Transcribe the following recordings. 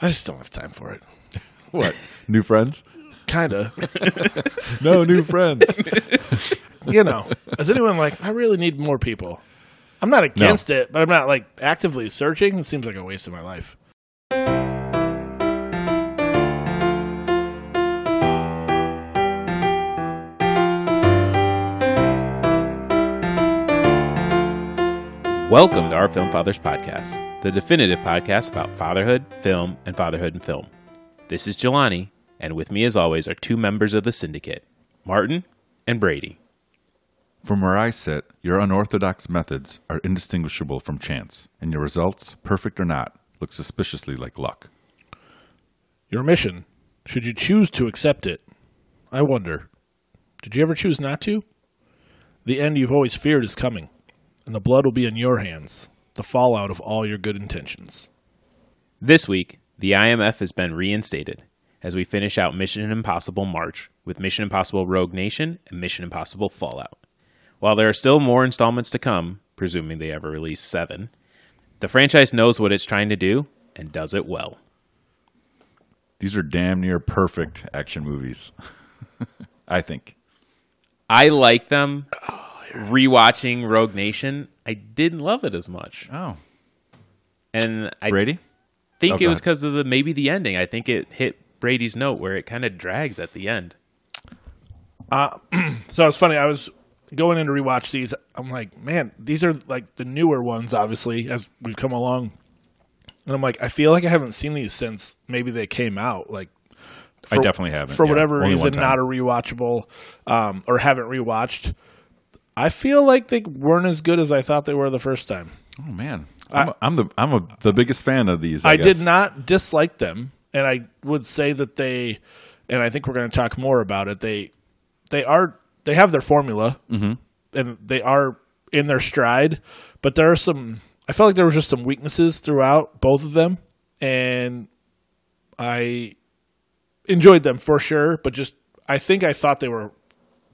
I just don't have time for it. What? New friends? Kinda. No new friends. you know, is anyone like, I really need more people? I'm not against it, but I'm not like actively searching. It seems like a waste of my life. Welcome to our Film Fathers Podcast, the definitive podcast about fatherhood, film, and fatherhood in film. This is Jelani, and with me, as always, are two members of the syndicate, Martin and Brady. From where I sit, your unorthodox methods are indistinguishable from chance, and your results, perfect or not, look suspiciously like luck. Your mission, should you choose to accept it, I wonder, did you ever choose not to? The end you've always feared is coming, and the blood will be in your hands, the fallout of all your good intentions. This week, the IMF has been reinstated as we finish out Mission Impossible March with Mission Impossible Rogue Nation and Mission Impossible Fallout. While there are still more installments to come, presuming they ever release seven, the franchise knows what it's trying to do and does it well. These are damn near perfect action movies. I think. I like them. Oh, Rewatching Rogue Nation, I didn't love it as much, Oh. and I Brady? think Oh, it go was ahead. because of the maybe the ending. I think it hit Brady's note where it kind of drags at the end. So it's funny. I was going in to rewatch these. I'm like, man, these are like the newer ones, obviously, as we've come along. And I'm like, I feel like I haven't seen these since maybe they came out. Like, I for- definitely haven't. For yeah. whatever Only one reason, time. not a rewatchable um, or haven't rewatched. I feel like they weren't as good as I thought they were the first time. Oh man, I'm, I, am the I'm a, the biggest fan of these. I, I did guess. not dislike them, and I would say that they, and I think we're going to talk more about it. They, they are they have their formula, Mm-hmm. and they are in their stride, but there are some. I felt like there was just some weaknesses throughout both of them, and I enjoyed them for sure. But just I think I thought they were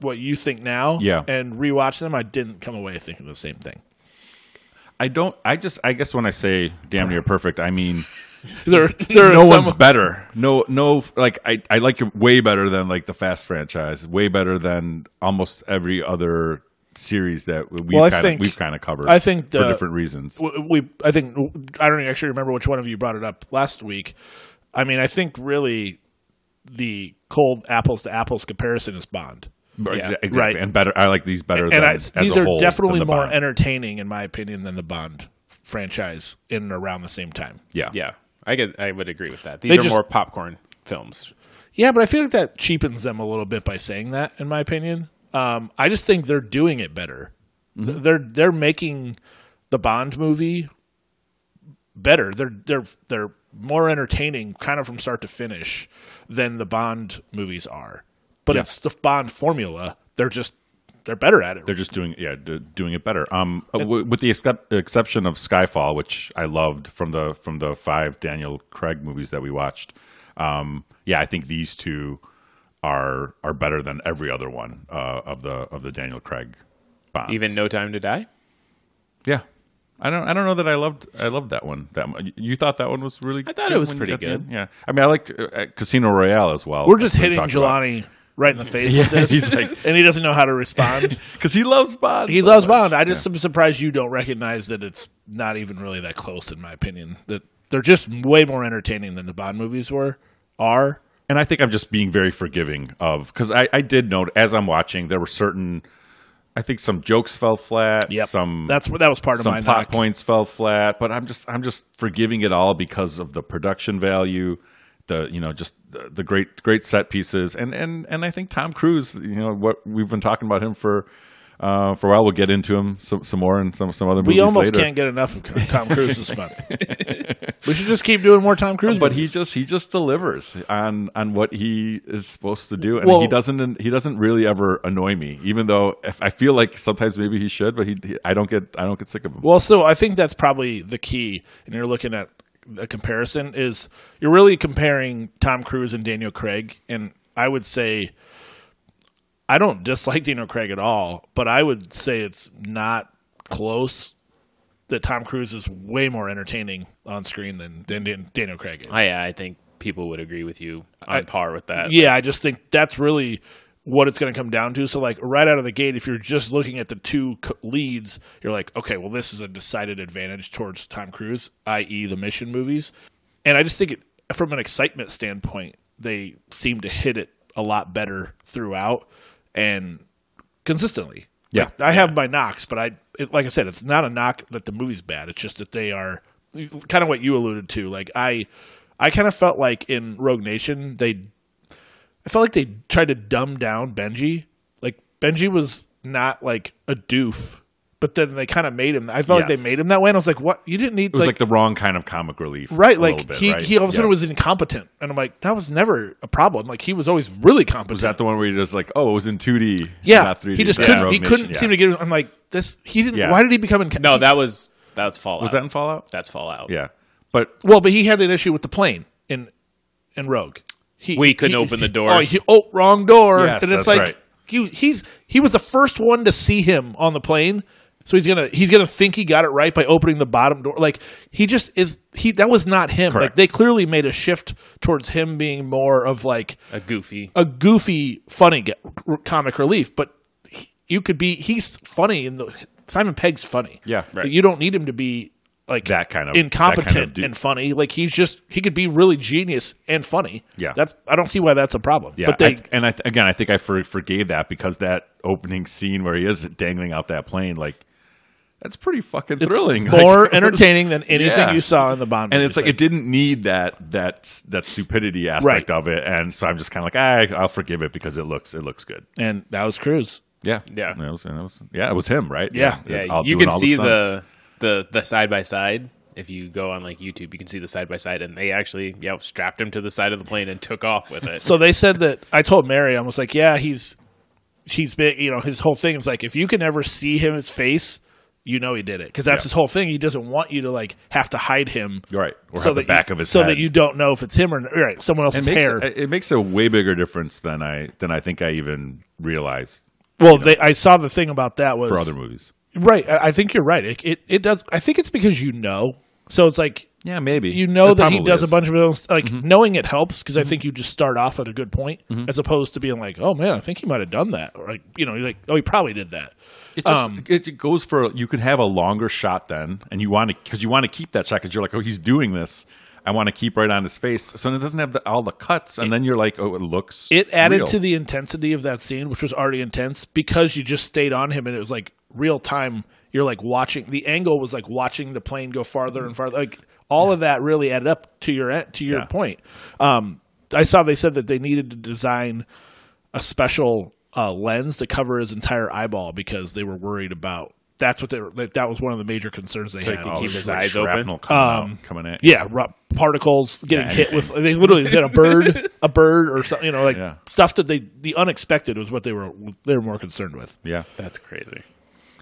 what you think now, Yeah. And rewatching them, I didn't come away thinking the same thing. I don't. I just. I guess when I say damn near perfect, I mean There, there are no some- one's better. No, no. Like I, I like it way better than like the Fast franchise. Way better than almost every other series that we've Well, I kind of think- we've kind of covered. I think for the- different reasons. w- we I think I don't actually remember which one of you brought it up last week. I mean, I think really the cold apples to apples comparison is Bond. Exa- yeah, exactly. right. And better. I like these better. than, And I, as these a are whole than definitely the more Bond. entertaining in my opinion than the Bond franchise in and around the same time. yeah. Yeah, I could, I would agree with that. These They are just- more popcorn films. Yeah, but I feel like that cheapens them a little bit by saying that, in my opinion. Um, I just think they're doing it better. Mm-hmm. Th- They're they're making the Bond movie better. They're they're they're more entertaining, kind of from start to finish, than the Bond movies are. But Yeah. it's the Bond formula. They're just they're better at it. They're just doing yeah, d- doing it better. Um, uh, w- with the excep- exception of Skyfall, which I loved from the from the five Daniel Craig movies that we watched. Um, yeah, I think these two are are better than every other one uh, of the of the Daniel Craig. Bonds. Even No Time to Die. yeah, I don't I don't know that I loved I loved that one that much. You thought that one was really. I thought it good was when you pretty got the good. end? Yeah, I mean I like uh, Casino Royale as well. We're just That's what we hitting talked about. Jelani right in the face with Yeah, this, he's like- and he doesn't know how to respond. 'Cause he loves Bond. He so loves much. Bond. I just am surprised you don't recognize that it's not even really that close, in my opinion. That they're just way more entertaining than the Bond movies were. Are and I think I'm just being very forgiving of because I, I did note as I'm watching there were certain, I think some jokes fell flat, some that's what that was part of my some plot knock. points fell flat, but I'm just I'm just forgiving it all because of the production value, the you know just the, the great great set pieces, and and and I think Tom Cruise, you know what we've been talking about him for. Uh, for a while, we'll get into him some, some more in some some other movies We almost later. can't get enough of Tom Cruise this month. we should just keep doing more Tom Cruise. but he movies. just he just delivers on on what he is supposed to do and Well- he doesn't he doesn't really ever annoy me even though if i feel like sometimes maybe he should but he, he- i don't get i don't get sick of him Well, so I think that's probably the key, and you're looking at a comparison is you're really comparing Tom Cruise and Daniel Craig, and I would say I don't dislike Daniel Craig at all, but I would say it's not close. That- that Tom Cruise is way more entertaining on screen than than Dan- Daniel Craig is. Oh, I I think people would agree with you on par with that. yeah, I just think that's really what it's going to come down to. So, like right out of the gate, if you're just looking at the two co- leads, you're like, okay, well, this is a decided advantage towards Tom Cruise, i.e., the mission movies. And I just think, it, from an excitement standpoint, they seem to hit it a lot better throughout and consistently. Yeah. Like, I have my knocks, but I it, like I said, it's not a knock that the movie's bad. It's just that they are kind of what you alluded to. Like I, I kind of felt like in Rogue Nation they I felt like they tried to dumb down Benji. Like Benji was not like a doof, but then they kind of made him. I felt like Yes. they made him that way, and I was like, "What? You didn't need It was like, the wrong kind of comic relief, right? a little Like bit, he right? he all of a sudden Yeah. was incompetent, and I'm like, that was never a problem. Like he was always really competent. Was that the one where you're just like, oh, it was in 2D, yeah, not 3D? he just Yeah. couldn't. Rogue He Nation, couldn't yeah. seem to get. I'm like, this. He didn't. Yeah. Why did he become? Inca- No, that was that's Fallout. Was that in Fallout? that's Fallout? Yeah, but Well, but he had an issue with the plane in in Rogue. He, We couldn't he- open the door. Oh, he, oh wrong door. Yes, and it's that's like right. you, he's he was the first one to see him on the plane, so he's gonna he's gonna think he got it right by opening the bottom door. Like he just is he that was not him. Like Correct. they clearly made a shift towards him being more of like a goofy. a goofy, funny g- r- comic relief, but he- you could be he's funny in the Simon Pegg's funny. Yeah, right. Like, you don't need him to be like That kind of- incompetent that kind of dude. and funny. Like he's just he could be really genius and funny. Yeah. that's I don't see why that's a problem. Yeah, but they I th- and I th- again, I think I for- forgave that because that opening scene where he is dangling out that plane, like that's pretty fucking thrilling, Like, more it was- entertaining than anything Yeah. you saw in the Bond. And movies. it's like it didn't need that that that stupidity aspect of it, and so I'm just kind of like, I I'll forgive it because it looks it looks good. and that was Cruise. Yeah, Yeah. And it was, and it was- yeah, it was him, right? Yeah. Yeah, all- you doing can all see stunts. the the the side by side. If you go on like YouTube, you can see the side by side, and they actually yeah strapped him to the side of the plane and took off with it. So they said that I told Mary, I was like, yeah, he's she's been, you know, his whole thing is like, if you can ever see him his face, you know he did it because that's his whole thing. He doesn't want you to like have to hide him, You're right, or have the that back you, of his so head. that you don't know if it's him or right, someone else's it makes, hair. it, it makes a way bigger difference than I than I think I even realized well, they, I saw the thing about that was for other movies. right. I, I think you're right. It, it it does. I think it's because you know. So it's like Yeah, maybe you know It that he probably does is. Mm-hmm. a bunch of his own st- like knowing it helps because I think you just start off at a good point as opposed to being like, oh man, I think he might have done that, or like you know, you're like, oh, he probably did that. Um, It just it goes for you could have a longer shot then, and you want to because you want to keep that shot because you're like, oh, he's doing this. I want to keep right on his face, so it doesn't have the, all the cuts, and then you're like, oh, it looks. It added real. to the intensity of that scene, which was already intense because you just stayed on him and it was like real time. You're like watching the angle was like watching the plane go farther and farther. Like all of that really added up to your to your Yeah. point. Um, I saw they said that they needed to design a special uh, lens to cover his entire eyeball because they were worried about. That's what they were. That, that was one of the major concerns they had. can keep his Oh, like eyes shrapnel open. Coming, out, coming at you. Um, Yeah, ru- particles getting Yeah, hit with. They literally said a bird, a bird, or something. You know, like Yeah. stuff that they the unexpected was what they were they were more concerned with. yeah. That's crazy.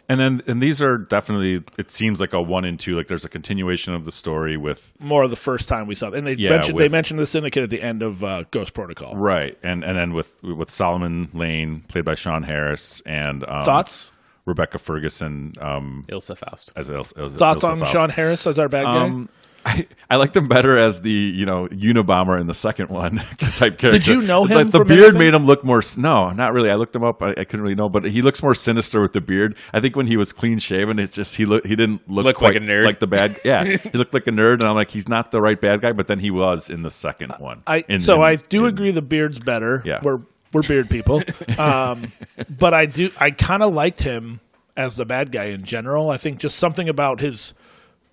And then and these are definitely. It seems like a one and two. Like there's a continuation of the story with More the first time we saw, it. and they Yeah, mentioned they with- mentioned the syndicate at the end of uh, Ghost Protocol. right, and and then with with Solomon Lane played by Sean Harris and um, Thoughts? Rebecca Ferguson um, Ilsa Faust. as, as, as Thoughts Ilsa on Faust. Sean Harris as our bad guy? Um, I, I liked him better as the you know Unabomber in the second one type character. you know him Like, the from beard anything? made him look more. s- No, not really. I looked him up. I, I couldn't really know, but he looks more sinister with the beard. I think when he was clean shaven, it's just he looked. He didn't look, Look like quite a nerd. like the bad. Yeah, he looked like a nerd, and I'm like, he's not the right bad guy. But then he was in the second one. I In- so in- I do in- agree the beard's better. Yeah. We're we're beard people. um, but I do I kind of liked him as the bad guy in general. I think just something about his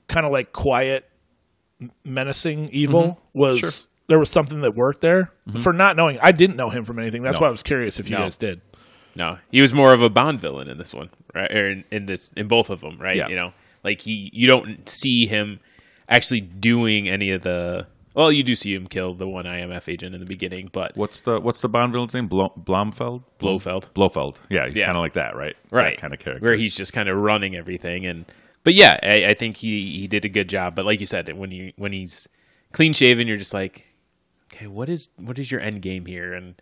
kind of like quiet menacing evil was Mm-hmm. Sure. Mm-hmm. there was something that worked there for not knowing. I didn't know him from anything. That's No. why I was curious if you No. guys did. No, he was more of a Bond villain in this one, right? Or in, in this, in both of them, right? Yeah. You know, like he, you don't see him actually doing any of the. Well, you do see him kill the one IMF agent in the beginning, but What's the what's the Bond villain's name? Blo- Blomfeld. Blofeld, Blofeld. Yeah, he's Yeah. kind of like that, right? right? kind of character. where he's just kind of running everything, and but yeah, I, I think he he did a good job. But like you said, when you when he's clean shaven, you're just like, okay, what is what is your end game here? And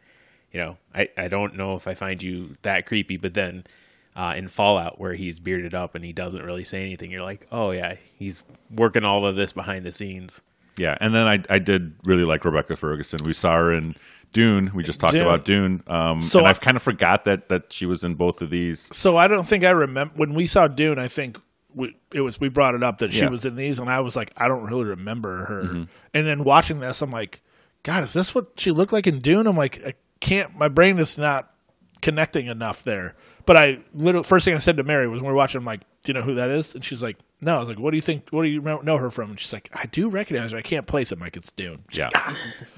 you know, I I don't know if I find you that creepy, but then. uh, in Fallout where he's bearded up and he doesn't really say anything. You're like, oh yeah, he's working all of this behind the scenes. Yeah, and then I I did really like Rebecca Ferguson. We saw her in Dune. We just talked Dune. about Dune. Um, So and I- I've kind of forgot that that she was in both of these. So I don't think I remember when we saw Dune. I think we, it was we brought it up that she Yeah. Mm-hmm. was in these, and I was like, I don't really remember her. And then watching this, I'm like, God, is this what she looked like in Dune? I'm like, I can't. My brain is not connecting enough there. But I literally first thing I said to Mary was when we were watching. I'm like, Do you know who that is? And she's like, No. I was like, What do you think? What do you rem- know her from? And she's like, I do recognize her. I can't place it. i like, It's Dune. Yeah,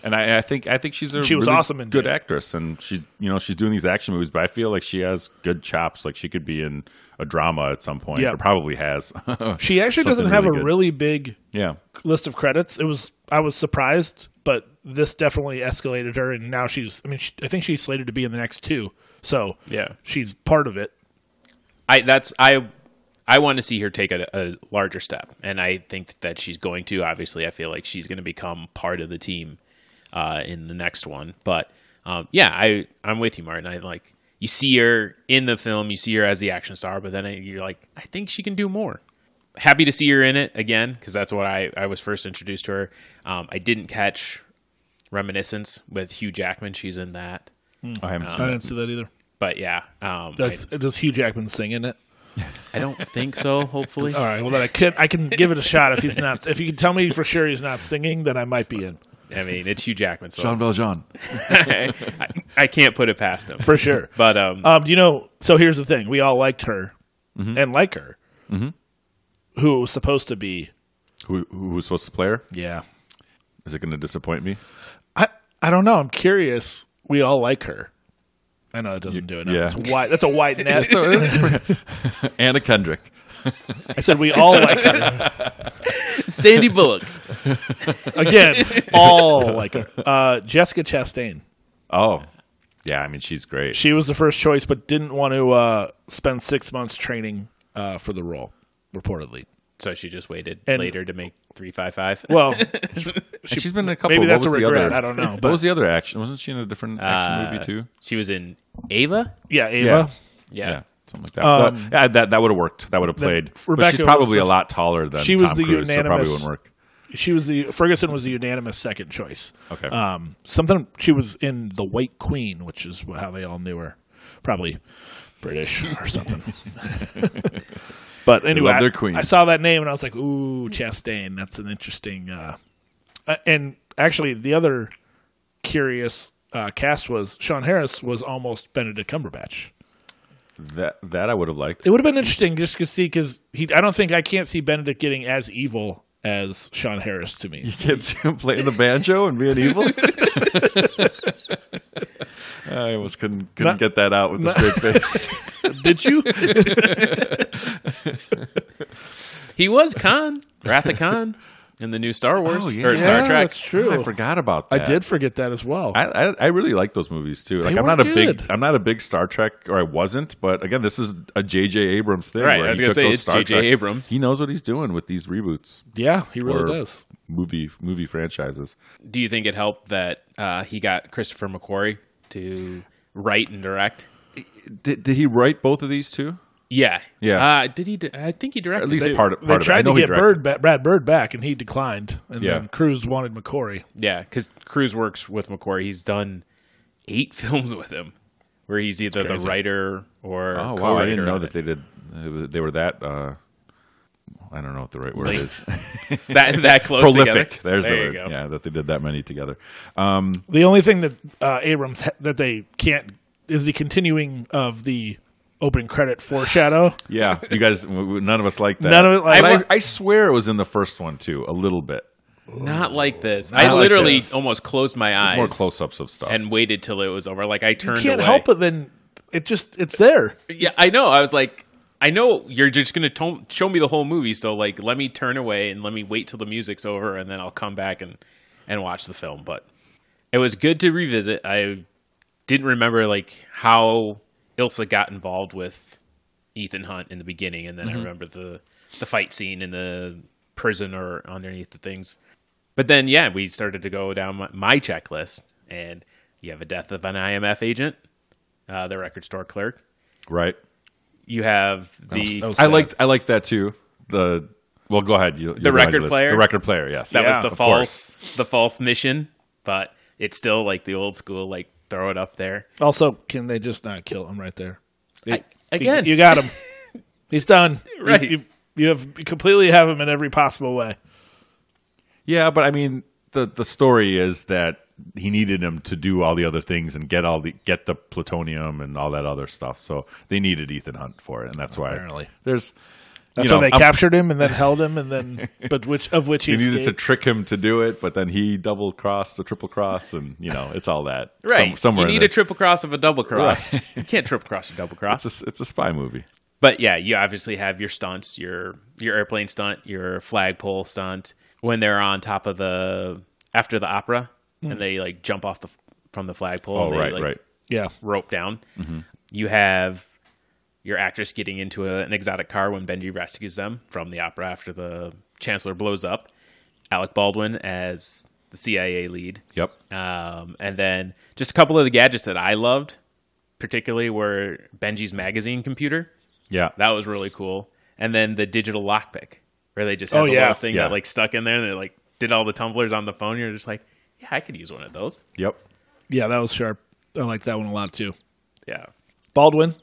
and I, I think I think she's a She was really awesome in good Dune. actress, and she you know she's doing these action movies, but I feel like she has good chops. Like she could be in a drama at some point, Yeah. or probably has. She actually Something doesn't have really a good. really big yeah, list of credits. It was I was surprised, but this definitely escalated her, and now she's. I mean, she, I think she's slated to be in the next two, so Yeah. she's part of it. I that's I I want to see her take a, a larger step, and I think that she's going to. Obviously, I feel like she's going to become part of the team uh, in the next one. But um, yeah, I I'm with you, Martin. I like you see her in the film, you see her as the action star, but then you're like, I think she can do more. Happy to see her in it again because that's what I I was first introduced to her. Um, I didn't catch Reminiscence with Hugh Jackman. She's in that, I haven't I seen didn't it. see that either. but yeah, um, I, Does does Hugh Jackman sing in it? I don't think so. Hopefully, All right, well then I could I can give it a shot if he's not. If you can tell me for sure he's not singing, then I might be in I mean it's Hugh Jackman. So Valjean. I, I can't put it past him. for sure. But um, Um, you know, so here's the thing: we all liked her Mm-hmm. and like her, who it was supposed to be. Who who was supposed to play her? Yeah, Is it going to disappoint me? I I don't know. I'm curious. We all like her. I know that doesn't do it. yeah. That's wide. That's a wide net. Anna Kendrick. I said we all like her. Sandy Bullock. Again, all like her. Uh, Jessica Chastain. Oh, yeah. I mean, she's great. She was the first choice, but didn't want to uh, spend six months training uh, for the role, reportedly. So she just waited And- later to make three five five. Well, And she's been in a couple. maybe what that's a was the regret, other- I don't know, but- Uh, what was the other action? Wasn't she in a different action movie too? Uh, She was in Ava. yeah, Ava. Yeah. Yeah. Something like that. Um, But, yeah, that that would have worked. That would have played. but Rebecca she's probably was the- a lot taller than she was Tom the Cruise, so probably unanimous- wouldn't work. She was the Ferguson was the unanimous second choice. Okay. Um, something she was in the White Queen, which is how they all knew her, probably British or something. but anyway, love I- their queen. I saw that name and I was like, "Ooh, Chastain, that's an interesting." Uh, uh, and actually, the other curious uh, cast was Sean Harris was almost Benedict Cumberbatch. That that I would have liked. It would have been interesting just to see because he. I don't think I can't see Benedict getting as evil as Sean Harris to me. Kids playing the banjo and being evil. I almost couldn't couldn't Not- get that out with a straight face. Did you? He was Khan, Wrath of Khan, in the new Star Wars Oh, yeah. or Star Yeah, Trek. That's true. I forgot about. I that. did forget that as well. I, I, I really like those movies too. Like They I'm were not a big good. I'm not a big Star Trek or I wasn't, but again, this is a J.J. Abrams thing. Right, where I was he gonna took say, those it's Star J.J. Trek- Abrams. He knows what he's doing with these reboots, yeah, he really Or- does. movie movie franchises. Do you think it helped that uh, he got Christopher McQuarrie to write and direct? Did, did he write both of these too? Yeah, Yeah. Uh, did he? di- I think he directed. least it. part of- They part of it. I tried know to he get Bird directed. ba- Brad Bird back, and he declined. And Yeah. then Cruz wanted McCory. Yeah, because Cruz works with McQuarrie. He's done eight films with him, where he's either the crazy. writer or Oh co-writer wow! I didn't know on that it. they did. They were that. Uh, I don't know what the right word Like, is. that that close Prolific. together. There's there the you word. go. Yeah, that they did that many together. Um, The only thing that uh, Abrams ha- that they can't is the continuing of the opening credit foreshadow. yeah, you guys. w- w- None of us like that. None of it like- But I, I wa- I swear it was in the first one too, a little bit. Not like this. Not I like literally this. almost closed my eyes More close-ups of stuff. and waited till it was over. Like I You turned can't away. help it. Then it just it's there. Yeah, I know. I was like, I know you're just gonna to- show me the whole movie, so like, let me turn away and let me wait till the music's over, and then I'll come back and and watch the film. But it was good to revisit. I didn't remember like how Ilsa got involved with Ethan Hunt in the beginning, and then I remember the the fight scene in the prison or underneath the things. But then, yeah, we started to go down my, my checklist, and you have a death of an IMF agent, uh, the record store clerk, right. You have the that was I sad. liked I liked that too. The well, go ahead. You, The record player? The record player. Yes, that Yeah, was the of course. false the false mission, but it's still like the old school like throw it up there. Also, can they just not kill him right there? I- again. you, you got him. He's done. Right. You, you, you have you completely have him in every possible way. Yeah, but I mean, the the story is that he needed him to do all the other things and get all the get the plutonium and all that other stuff. So they needed Ethan Hunt for it, and that's why Apparently. there's That's you know, why they I'm- captured him and then held him and then, but which of which he they needed to escaped. trick him to do it, but then he double crossed the triple cross, and you know it's all that Some- somewhere you in need there. a triple cross of a double cross. Right. you can't triple cross a double cross. It's a, it's a spy movie. but yeah, you obviously have your stunts, your your airplane stunt, your flagpole stunt when they're on top of the after the opera and they like jump off the from the flagpole. Oh and they, right, like, right. yeah. rope down. Mm-hmm. You have your actress getting into a, an exotic car when Benji rescues them from the opera after the chancellor blows up. Alec Baldwin as the CIA lead. Yep. Um, and then just a couple of the gadgets that I loved, particularly were Benji's magazine computer. Yeah. That was really cool. And then the digital lockpick, where they just Oh, have the yeah. little thing Yeah. that like stuck in there and they like did all the tumblers on the phone. You're just like, yeah, I could use one of those. yep. Yeah, that was sharp. I like that one a lot too. Yeah. Baldwin.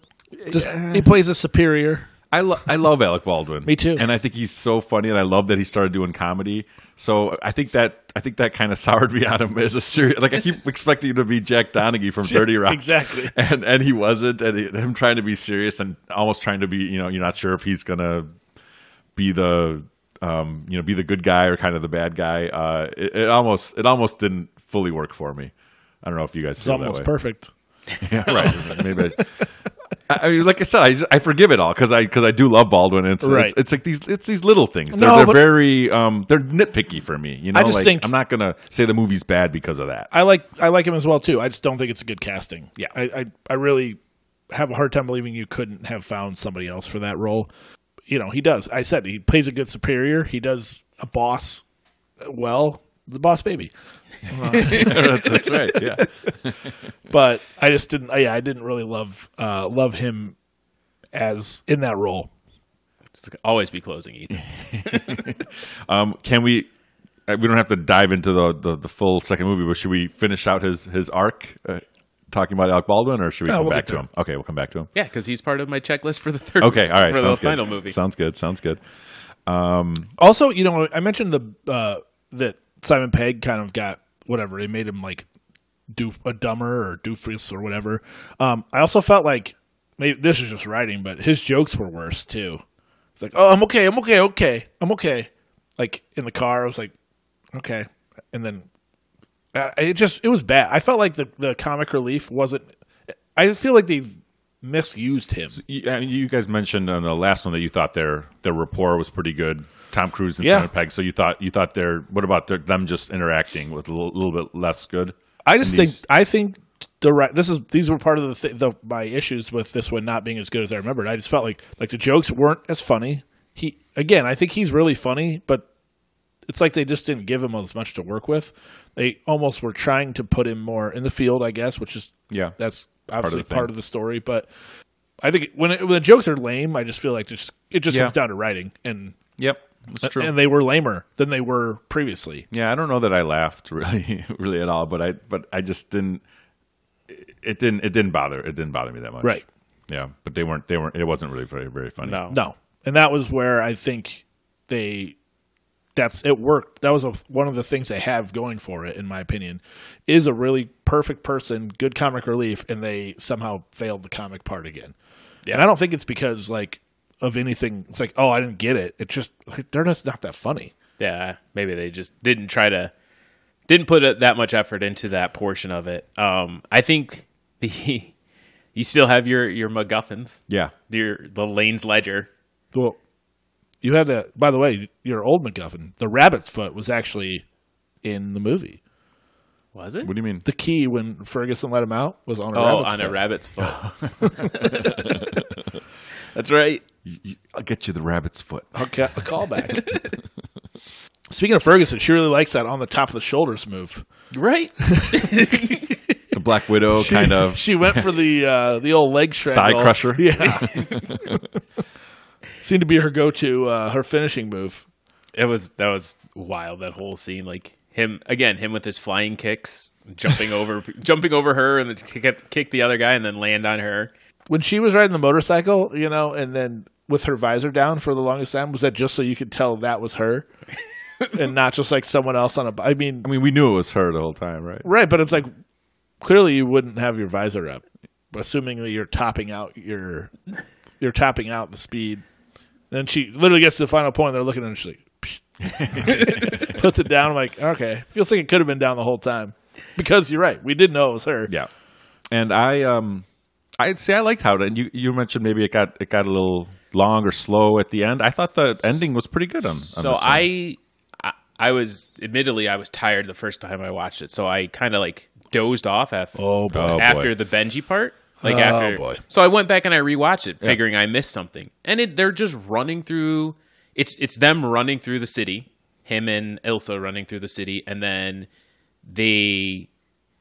Just, He plays a superior. I, lo- I love Alec Baldwin. Me too. And I think he's so funny, and I love that he started doing comedy. So I think that I think that kind of soured me on him as a serious. Like I keep expecting him to be Jack Donaghy from Dirty Rock, exactly. And and he wasn't. And he- him trying to be serious and almost trying to be, you know, you're not sure if he's gonna be the um, you know be the good guy or kind of the bad guy. Uh, it, it almost it almost didn't fully work for me. I don't know if you guys It's feel that almost way. perfect. Yeah, right. Um, Maybe. I, I I mean, like I said, I, just- I forgive it all because I because I do love Baldwin. And it's, Right. it's it's like these it's these little things. They're, No, they're but- very um they're nitpicky for me. You know, just like, think- I'm not gonna say the movie's bad because of that. I like I like him as well too. I just don't think it's a good casting. Yeah. I I, I really have a hard time believing you couldn't have found somebody else for that role. You know, he does. I said he plays a good superior. He does a boss well, the boss baby. that's, that's right. Yeah. But I just didn't I, I didn't really love uh love him as in that role. Just always be closing Ethan. Um, can we? uh, We don't have to dive into the, the the full second movie, but should we finish out his his arc? Uh, talking about Alec Baldwin, or should we No, come Uh, we'll back get to there. him? Okay, we'll come back to him. Yeah, because he's part of my checklist for the third. Okay, all right. for sounds the good. final movie. Sounds good. Sounds good. Also, you know, I mentioned the uh, that Simon Pegg kind of got whatever they made him like do a dumber or doofus or whatever. Um, I also felt like maybe this is just writing, but his jokes were worse too. It's like, oh, I'm okay, I'm okay, okay, I'm okay. Like in the car, I was like, okay, and then uh, it just it was bad. I felt like the the comic relief wasn't. I just feel like they misused him. you, I mean, you guys mentioned on the last one that you thought their their rapport was pretty good. Tom Cruise and Yeah. Simon Pegg. So you thought you thought their what about their, them just interacting was a little, little bit less good? I just And think these- I think the ri- this is these were part of the, th- the my issues with this one not being as good as I remembered. I just felt like like the jokes weren't as funny. He again, I think he's really funny, but it's like they just didn't give him as much to work with. They almost were trying to put him more in the field, I guess, which is Yeah. that's obviously the thing. part of the story. But I think when, it, when the jokes are lame, I just feel like just it just Yeah. comes down to writing, and Yep, that's and they were lamer than they were previously. yeah, I don't know that I laughed really really at all, but I but I just didn't. It didn't it didn't bother it didn't bother me that much. Right. Yeah, but they weren't they weren't it wasn't really very very funny. No. No, and that was where I think they that's it worked. That was a, one of the things they have going for it, in my opinion, is a really perfect person, good comic relief, and they somehow failed the comic part again. And I don't think it's because like of anything. It's like oh, I didn't get it. It's just like, they're just not that funny. Yeah, maybe they just didn't try to didn't put it- that much effort into that portion of it. Um, I think the you still have your your MacGuffins, Yeah. your the Lane's Ledger. Well, you had to. By the way, your old MacGuffin, the rabbit's foot, was actually in the movie. Was it? What do you mean? The key when Ferguson let him out was on a oh, rabbit's on a foot. rabbit's foot. That's right. You- you- I'll get you the rabbit's foot. I'll ca- a callback. Speaking of Ferguson, she really likes that on the top of the shoulders move. Right. The Black Widow She- kind of She went for the uh, the old leg thigh strangle. crusher. Yeah. Seemed to be her go to, uh, her finishing move. It was that was wild. That whole scene, like him again, him with his flying kicks, jumping over, jumping over her, and then kick, kick the other guy, and then land on her. When she was riding the motorcycle, you know, and then with her visor down for the longest time, was that just so you could tell that was her? and not just like someone else on a. b- I mean, I mean, we knew it was her the whole time, right? right, but it's like clearly you wouldn't have your visor up, assuming that you're topping out your. You're topping out the speed. Then she literally gets to the final point. They're looking at her. She's like, psh. puts it down. I'm like, okay, feels like it could have been down the whole time, because you're right. We did know it was her. Yeah. And I um I'd say I liked how it and you you mentioned maybe it got it got a little long or slow at the end. I thought the ending was pretty good on, on So this one. I, I, I was admittedly I was tired the first time I watched it, so I kind of like dozed off after Oh boy. Oh, boy. after the Benji part. Like Oh, after, boy. so I went back and I rewatched it, figuring I missed something. And it, they're just running through. It's it's them running through the city, him and Ilsa running through the city, and then they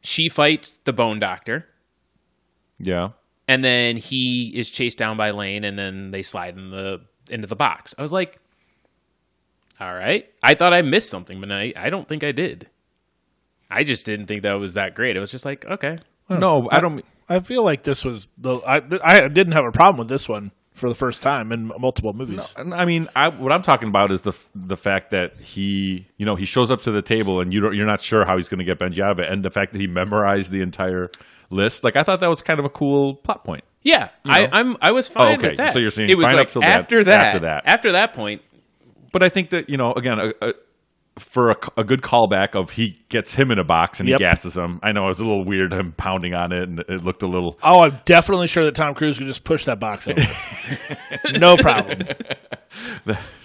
she fights the Bone Doctor, yeah. and then he is chased down by Lane, and then they slide in the into the box. I was like, all right, I thought I missed something, but I I don't think I did. I just didn't think that was that great. It was just like okay, No, I don't I feel like this was the I I didn't have a problem with this one for the first time in multiple movies. And I mean, I, what I'm talking about is the f- the fact that he, you know, he shows up to the table and you don't, you're not sure how he's going to get Benji out of it, and the fact that he memorized the entire list. Like, I thought that was kind of a cool plot point. Yeah, I, I'm. I was fine Oh, okay, with that. so you're saying it was fine like up till that- after that, after that. after that point. But I think that you know, again, a, a, for a, a good callback of he gets him in a box and Yep. he gasses him. I know it was a little weird him pounding on it, and it looked a little. Oh, I'm definitely sure that Tom Cruise could just push that box over. no problem.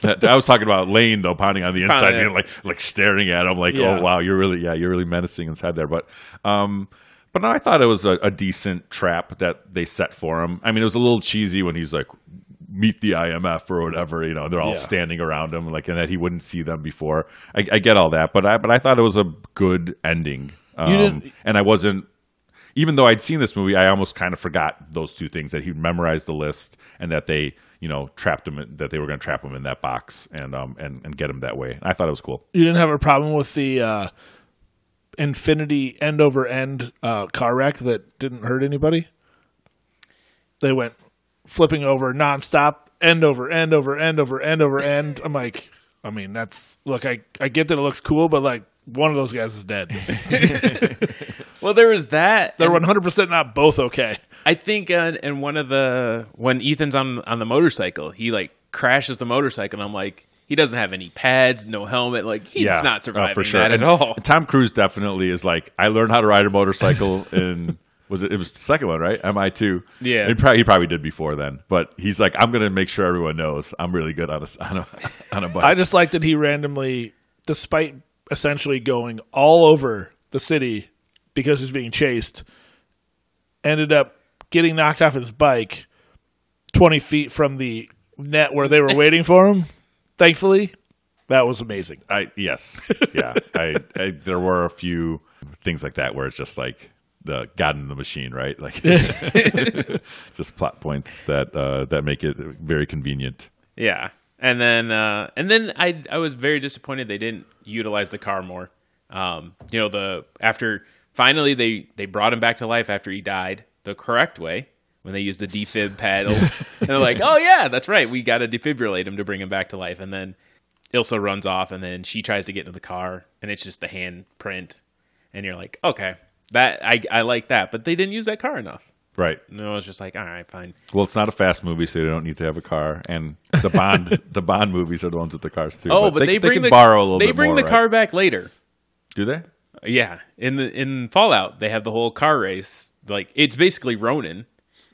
That, I was talking about Lane though, pounding on the inside, Pounding. and like like staring at him, like, Yeah. oh wow, you're really yeah, you're really menacing inside there. But um, but no, I thought it was a, a decent trap that they set for him. I mean, it was a little cheesy when he's like, meet the IMF or whatever. You know, they're all Yeah. standing around him, like, and that he wouldn't see them before. I, I get all that, but I but I thought it was a good ending. You didn't- Um, and I wasn't even though I'd seen this movie, I almost kind of forgot those two things that he memorized the list and that they, you know, trapped him in, that they were going to trap him in that box and um and, and get him that way. I thought it was cool. You didn't have a problem with the uh, infinity end over end uh, car wreck that didn't hurt anybody. They went flipping over nonstop, end over end over end over end over end. I'm like, I mean, that's look. I I get that it looks cool, but like one of those guys is dead. Well, there was that. They're and 100 percent not both okay. I think, uh, in one of the when Ethan's on on the motorcycle, he like crashes the motorcycle, and I'm like, he doesn't have any pads, no helmet, like he's yeah, not surviving uh, for sure that at And all. Tom Cruise definitely is like I learned how to ride a motorcycle in was it it was the second one right? Mi two. Yeah. he probably, he probably did before then, but he's like I'm going to make sure everyone knows I'm really good on a s- on a on a bike. I just like that he randomly, despite essentially going all over the city because he's being chased, ended up getting knocked off his bike 20 feet from the net where they were waiting for him. Thankfully, that was amazing. I yes, yeah. I, I there were a few things like that where it's just like the God in the machine, right? Like just plot points that uh, that make it very convenient. Yeah, and then uh, and then I I was very disappointed they didn't utilize the car more. Um, you know the after finally they they brought him back to life after he died the correct way when they used the defib paddles and they're like oh yeah that's right we got to defibrillate him to bring him back to life and then Ilsa runs off and then she tries to get into the car and it's just the hand print and you're like okay that I I like that but they didn't use that car enough Right. and I was just like all right fine Well, it's not a fast movie, so they don't need to have a car. And the Bond, the Bond movies are the ones with the cars too. oh but, they, bring can the borrow a little. they bit bring more, the right? car back later Do they? Yeah, in the in Fallout, they have the whole car race. Like it's basically Ronin,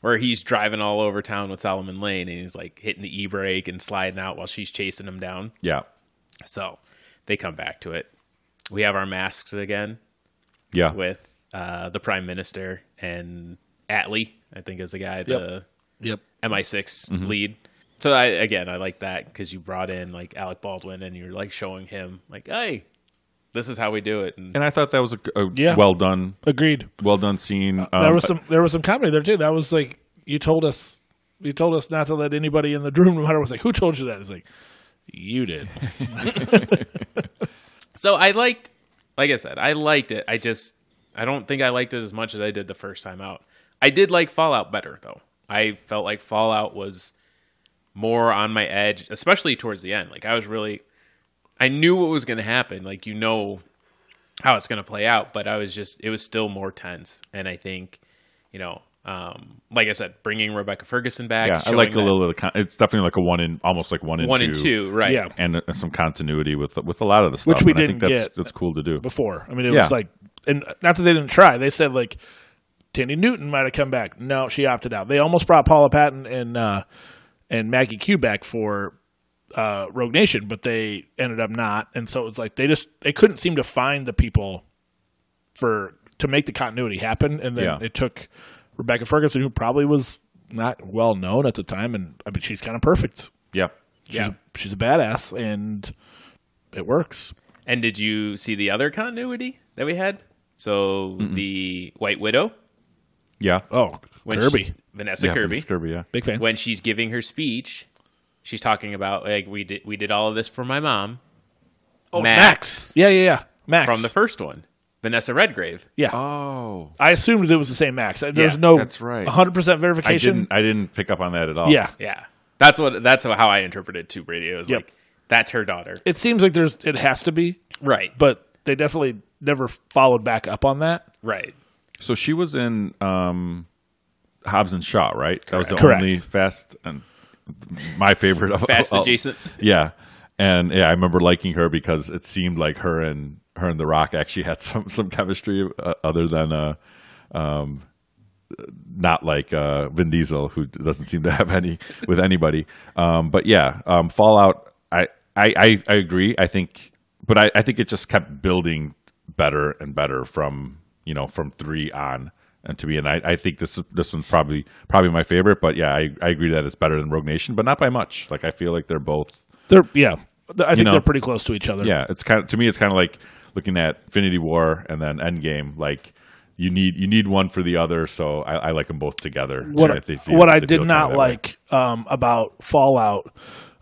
where he's driving all over town with Solomon Lane, and he's like hitting the e brake and sliding out while she's chasing him down. Yeah. So they come back to it. We have our masks again Yeah. with uh, the Prime Minister and Atlee. I think is the guy the Yep. MI6 lead. So I again, I like that because you brought in like Alec Baldwin and you're like showing him like, hey, this is how we do it. And And I thought that was a, a Yeah. well done, Agreed. well done scene. Um, there was but- some there was some comedy there too. That was like you told us you told us not to let anybody in the room no matter what. It's like who told you that? It's like you did. so I liked, like I said, I liked it. I just, I don't think I liked it as much as I did the first time out. I did like Fallout better though. I felt like Fallout was more on my edge, especially towards the end. Like I was really, I knew what was going to happen. Like you know how it's going to play out, but I was just, it was still more tense. And I think, you know, um, like I said, bringing Rebecca Ferguson back. yeah, I showing like a that little. Of the con- it's definitely like a one in, almost like one in one two, and two, right? Yeah. and uh, some continuity with with a lot of the stuff. we and I didn't think that's, get. That's cool to do. before. I mean, it Yeah. was like, and not that they didn't try. They said like, Tandy Newton might have come back. No, she opted out. They almost brought Paula Patton and uh, and Maggie Q back for uh, Rogue Nation, but they ended up not. And so it was like they just they couldn't seem to find the people for to make the continuity happen. And then Yeah. it took Rebecca Ferguson, who probably was not well known at the time, and I mean she's kind of perfect. Yeah, She's a, she's a badass, and it works. And did you see the other continuity that we had? So the White Widow, yeah, Oh, when Kirby, she- Vanessa yeah, Kirby, Miss Kirby, yeah. big fan. when she's giving her speech, she's talking about like we did we did all of this for my mom. Oh, Yeah, yeah, yeah. Max. from the first one, Vanessa Redgrave. yeah. Oh, I assumed it was the same Max. There's Yeah, no that's right. 100% I verification. didn't. oh. I didn't pick up on that at all. yeah. Yeah, that's what that's how I interpreted Tube Radio. Is Yep. like that's her daughter, It seems like there's it has to be, right? but they definitely never followed back up on that. Right. So she was in um, Hobbs and Shaw, right? That was the Correct. only fast and my favorite of Fast of- adjacent. Yeah, and yeah, I remember liking her because it seemed like her and her and The Rock actually had some some chemistry uh, other than uh, um, not like uh, Vin Diesel who doesn't seem to have any with anybody. Um, but yeah, um, Fallout. I, I I I agree. I think, but I I think it just kept building better and better from you know from three on. And to be, and I, I think this this one's probably probably my favorite, but yeah, I, I agree that it's better than Rogue Nation, but not by much. Like I feel like they're both They're yeah. Th- I think know. they're pretty close to each other. yeah, it's kind of to me. It's kind of like looking at Infinity War and then Endgame. Like you need you need one for the other. So I, I like them both together. What So I, they feel- what I they feel did kinda not that way. like um, about Fallout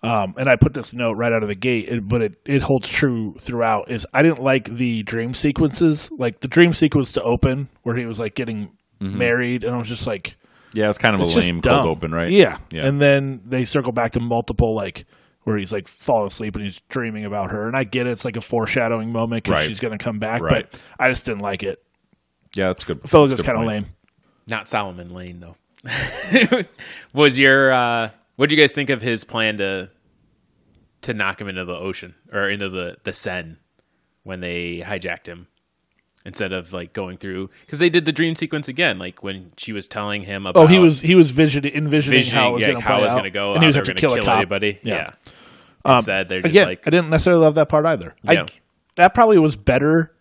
um, and I put this note right out of the gate, it- but it, it holds true throughout. Is I didn't like the dream sequences, like the dream sequence to open where he was like getting Mm-hmm. married, and I was just like, Yeah, it's kind of It's a just lame dumb. cold open, right? Yeah. yeah. And then they circle back to multiple like where he's like falling asleep and he's dreaming about her. And I get it; it's like a foreshadowing moment because Right. she's going to come back. Right. But I just didn't like it. yeah, that's good. I felt like it that's was a good kind of point. lame. Not Solomon Lane though. was your uh what do you guys think of his plan to to knock him into the ocean or into the the Seine when they hijacked him instead of like going through cuz they did the dream sequence again like when she was telling him about Oh, he was he was vision, envisioning how it was Uh, yeah, going to how it was going gonna go and how he was they like to were gonna kill, a cop. anybody yeah, Yeah. Um, instead they're just Again, like I didn't necessarily love that part either. Yeah. I, that probably was better.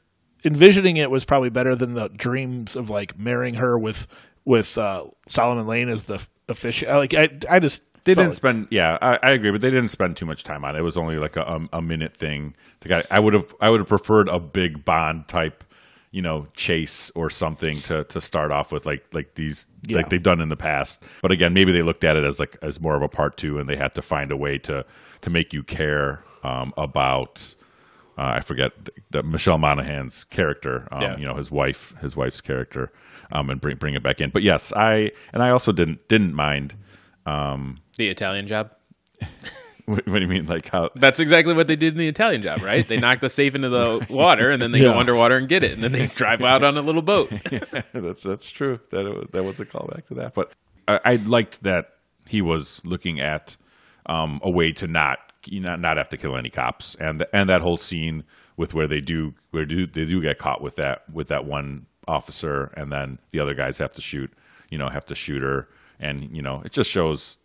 Envisioning it was probably better than the dreams of like marrying her with with uh, Solomon Lane as the official. Like I, I just They felt didn't like- spend. Yeah, I, I agree, but they didn't spend too much time on it. It was only like a, um, a minute thing. To get, I would have I would have preferred a big Bond type, you know, chase or something to to start off with, like like these Yeah. like they've done in the past. But again, maybe they looked at it as like as more of a part two, and they had to find a way to to make you care um, about. Uh, I forget th- the Michelle Monaghan's character, um, Yeah. you know his wife, his wife's character, um, and bring bring it back in. But yes, I and I also didn't didn't mind the Italian job What, what do you mean? Like how? That's exactly what they did in the Italian job, right? They knock the safe into the water and then they go Yeah. underwater and get it. And then they drive out on a little boat. that's that's true. That it, was- that was a callback to that. But I, I liked that he was looking at um, a way to not you know, not have to kill any cops, and and that whole scene with where they do where do they do get caught with that with that one officer, and then the other guys have to shoot you know have to shoot her, and you know it just shows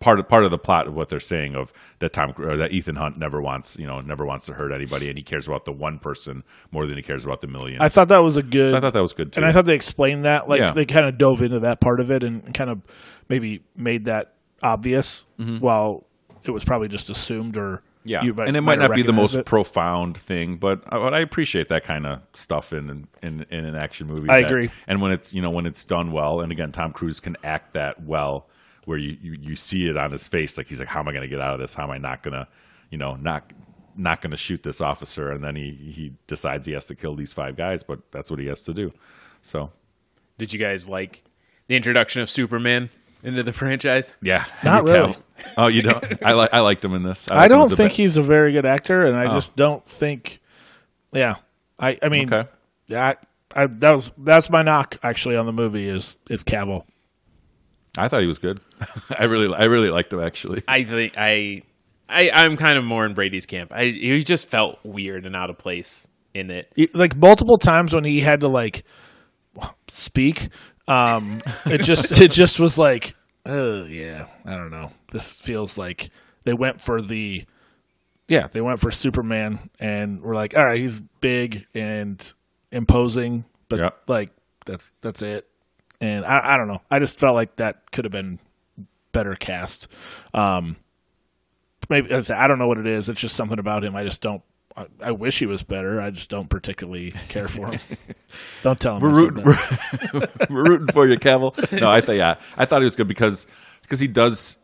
part of part of the plot of what they're saying of that Tom or that Ethan Hunt never wants you know never wants to hurt anybody, and he cares about the one person more than he cares about the million. I thought that was a good. So I thought that was good too. and I thought they explained that. Like Yeah. they kind of dove into that part of it and kind of maybe made that obvious. While it was probably just assumed or Mm-hmm. Yeah, you and it might, not be the recognize most it. profound thing, but I, but I appreciate that kind of stuff in in in an action movie. I that- agree. And when it's you know when it's done well, and again, Tom Cruise can act that well, where you you, you see it on his face, like he's like, "How am I going to get out of this? How am I not going to, you know, not not going to shoot this officer?" And then he he decides he has to kill these five guys, but that's what he has to do. So Did you guys like the introduction of Superman into the franchise? yeah, Not Henry really. Cavill. Oh, you don't. I like I liked him in this. I liked him as don't a Oh. think ba- he's a very good actor, and I just don't think. Yeah, I. I mean, Okay. I, I that was that's my knock actually on the movie is is Cavill. I thought he was good. I really I really liked him actually. I think I, I I'm kind of more in Brady's camp. I he just felt weird and out of place in it. He- Like multiple times when he had to like speak, um, it just it just was like, oh yeah, I don't know. This feels like they went for the. Yeah, they went for Superman, and we're like, all right, he's big and imposing, but Yeah. like that's that's it. And I, I don't know. I just felt like that could have been better cast. Um, maybe as I, said, I don't know what it is. It's just something about him. I just don't. I, I wish he was better. I just don't particularly care for him. don't tell him. I we're said rooting, that. we're, we're rooting for you, Cavill. No, I thought yeah, I thought he was good because because he does.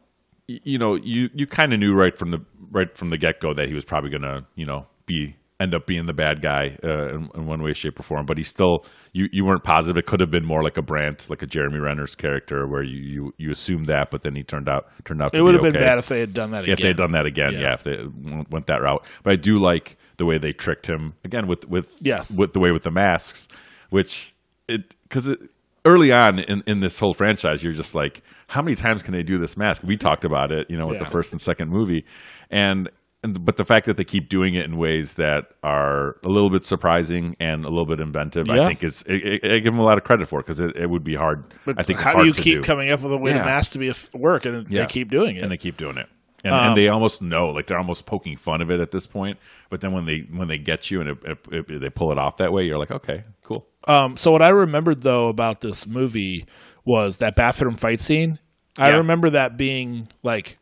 y- You know, you you kind of knew right from the right from the get go that he was probably gonna you know be end up being the bad guy uh, in, in one way, shape, or form. But he still you you weren't positive. It could have been more like a Brandt, like a Jeremy Renner's character, where you you, you assumed that, but then he turned out turned out. It to would be have been okay. bad if they had done that. if again. they had done that again. Yeah. Yeah. if they w- went that route. But I do like the way they tricked him again with with Yes. with the way with the masks, which it because it. Early on in, in this whole franchise, you're just like, how many times can they do this mask? We talked about it, you know, with Yeah. the first and second movie, and, and but the fact that they keep doing it in ways that are a little bit surprising and a little bit inventive, Yeah. I think is I, I- I give them a lot of credit for because it, it would be hard. But I think it's how do hard you to keep do. coming up with a way to Yeah. mask to be a f- work, and Yeah. they keep doing it? and they keep doing it and, Um, and they almost know like they're almost poking fun of it at this point but then when they when they get you and it, it, it- they pull it off that way you're like okay cool Um, so what I remembered though about this movie was that bathroom fight scene. I Yeah. remember that being like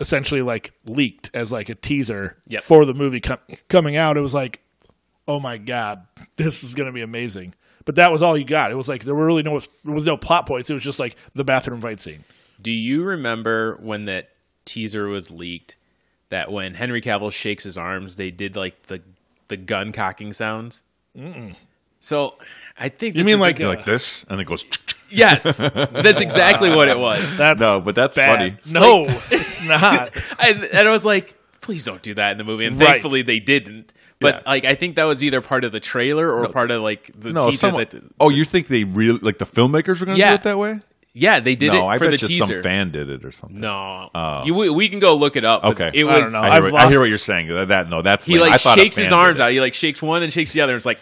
essentially like leaked as like a teaser Yep. for the movie com- coming out. It was like, oh my god, this is going to be amazing. But that was all you got. It was like there were really no there was no plot points. It was just like the bathroom fight scene. Do you remember when that teaser was leaked? That when Henry Cavill shakes his arms, they did like the the gun cocking sounds. So I think this is like, a- uh, You're like this and it goes yes, that's exactly what it was. That's no but that's funny bad. No, it's not. I, and I was like, please don't do that in the movie. And Right. thankfully they didn't. But Yeah. like, I think that was either part of the trailer or part of like the no teaser. someone, That, oh you think they really like the filmmakers were gonna Yeah. do it that way yeah, they did no it i for bet the you teaser. some fan did it or something no, Oh. you, we, we can go look it up. but Okay. it I was don't know. I, hear, I've what- I hear lost- what you're saying that, that no that's he lame. I like thought a shakes his fan arms did it. out. He like shakes one and shakes the other. And it's like,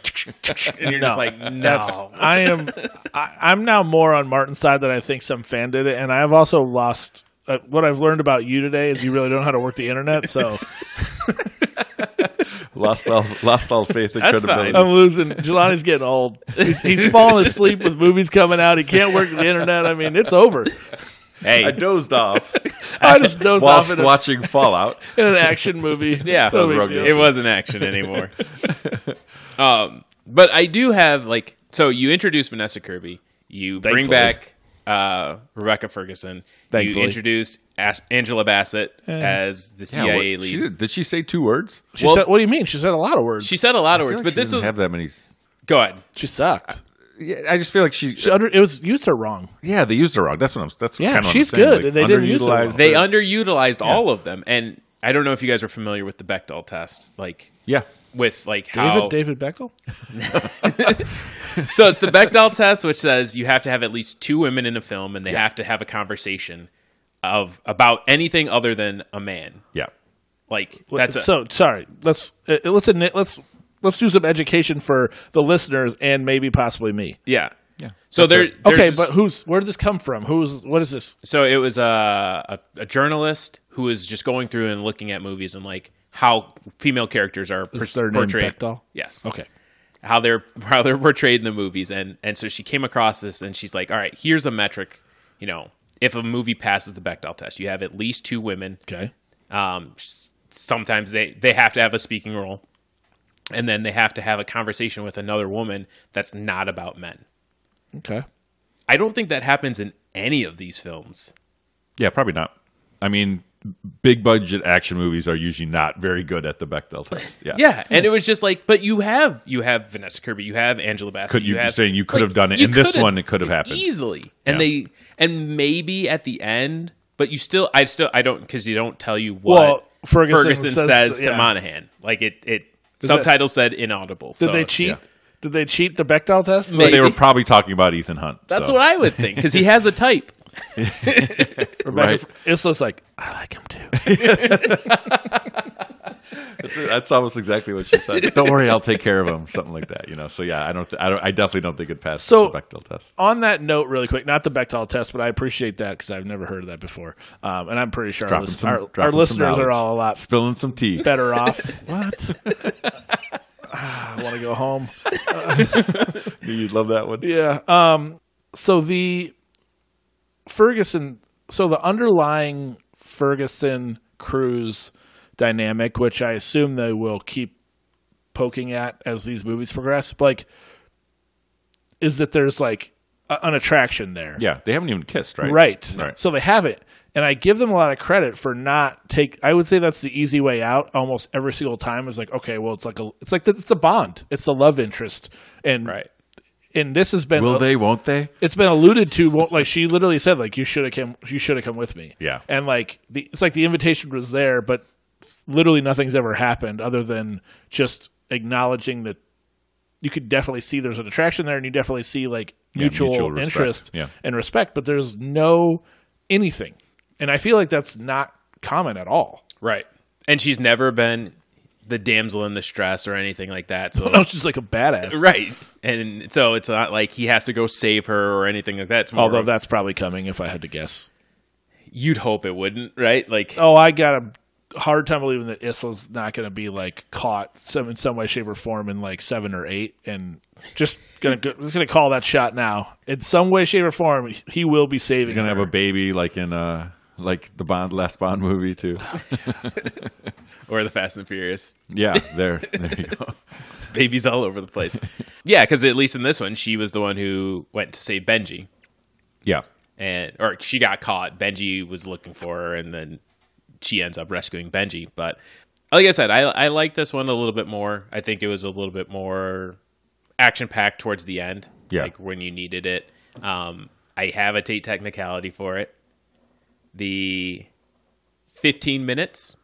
and you're No. just like, no. That's I am I, I'm now more on Martin's side than I think some fan did it, and I've also lost uh, what I've learned about you today is you really don't know how to work the internet, so lost all lost all faith and That's credibility fine. I'm losing. Jelani's getting old. He's, he's falling asleep with movies coming out. He can't work the internet. I mean, it's over. hey, i dozed off I just dozed off whilst in, a- watching fallout in an action movie. Yeah, It's no that was big real deal. good. it wasn't action anymore. um, but I do have like so you introduce Vanessa Kirby, you bring Thankfully. back uh, Rebecca Ferguson, you Thankfully. Eh. introduce Ash- Angela Bassett as the Yeah, CIA what- lead. she She, did, did she say two words She Well- said, "What do you mean?" She said a lot of words. She, said a lot of words, I feel like but she this doesn't is have that many s- go ahead. sucked. Yeah, I just feel like she. She under, it was used her wrong. yeah, they used her wrong. That's what I'm. That's Yeah, kind of she's what I'm saying. good, and they didn't use her underutilized wrong. They underutilized all of them, and I don't know if you guys are familiar with the Bechdel test, like yeah, with like how David David Beckel. so it's the Bechdel test, which says you have to have at least two women in a film, and they have to have a conversation of about anything other than a man. yeah. Like that's a, so sorry. Let's uh, let's admit, let's let's do some education for the listeners and maybe possibly me. yeah, Yeah. So there, That's Okay, there's- but who's where did this come from? Who's what is this? so it was uh, a, a a journalist who was just going through and looking at movies and like how female characters are per- Is their name portrayed. Bechdel? yes. Okay, how they're how they're portrayed in the movies and and so she came across this and she's like all right here's a metric you know if a movie passes the Bechdel test you have at least two women okay. um s- sometimes they they have to have a speaking role and then they have to have a conversation with another woman that's not about men Okay. i don't think that happens in any of these films Yeah, probably not. I mean, big budget action movies are usually not very good at the Bechdel test. Yeah. yeah and it was just like but you have you have vanessa kirby you have angela bassett Could- you're have saying you could have done it. you In this could've- one, it could have happened. easily and Yeah. they and maybe at the end but you still i still i don't because you don't tell you what Well, Ferguson says, says- to yeah. monahan like it it that- subtitle said inaudible Did so they cheat? yeah. Did they cheat the Bechdel test? But they were maybe. probably talking about Ethan Hunt. that's so. what i would think because he has a type Right. Rebecca, It's just like I like him too. That's, it. That's almost exactly what she said. don't worry, I'll take care of him. Something like that, you know. So yeah, I don't, th- I don't, I definitely don't think it passed So- the Bechdel test. On that note, really quick, not the Bechdel test, but I appreciate that because I've never heard of that before, um, and I'm pretty sure our, Dropping list- some- our, our dropping some listeners knowledge. are all a lot Spilling some tea. better off. what? Ah, I want to go home. You'd love that one. Yeah. Um. So the Ferguson. So the underlying Ferguson Cruz dynamic, which I assume they will keep poking at as these movies progress, like, is that there's like a, an attraction there. Yeah, they haven't even kissed, right? Right. Right. So they have it. And I give them a lot of credit for not take. I would say that's the easy way out. Almost every single time is like, okay, well, it's like a, it's like the, it's a bond, it's a love interest, and right and this has been Will they? Won't they? it's been alluded to won't- like she literally said like you should have come you should have come with me Yeah. and like the it's like the invitation was there but literally nothing's ever happened other than just acknowledging that you could definitely see there's an attraction there and you definitely see like mutual, mutual respect. interest Yeah. and respect but there's no anything and i feel like that's not common at all right and she's never been the damsel in distress or anything like that so no she's like a badass right and so it's not like he has to go save her or anything like that it's more although of- that's probably coming if i had to guess you'd hope it wouldn't right like oh, I got a hard time believing that Isla's not going to be like caught some in some way, shape, or form in like seven or eight, and just gonna go, just gonna call that shot now. In some way, shape, or form, he will be saving. He's gonna have her. a baby, like in uh, like the Bond last Bond movie too. or the fast and furious Yeah, there, there you go. babies all over the place. yeah, because at least in this one, she was the one who went to save Benji, Yeah, and or she got caught. Benji was looking for her, and then she ends up rescuing Benji. But like I said, I I like this one a little bit more. I think it was a little bit more action packed towards the end. Yeah. like when you needed it. Um, I have a Tate technicality for it. The fifteen minutes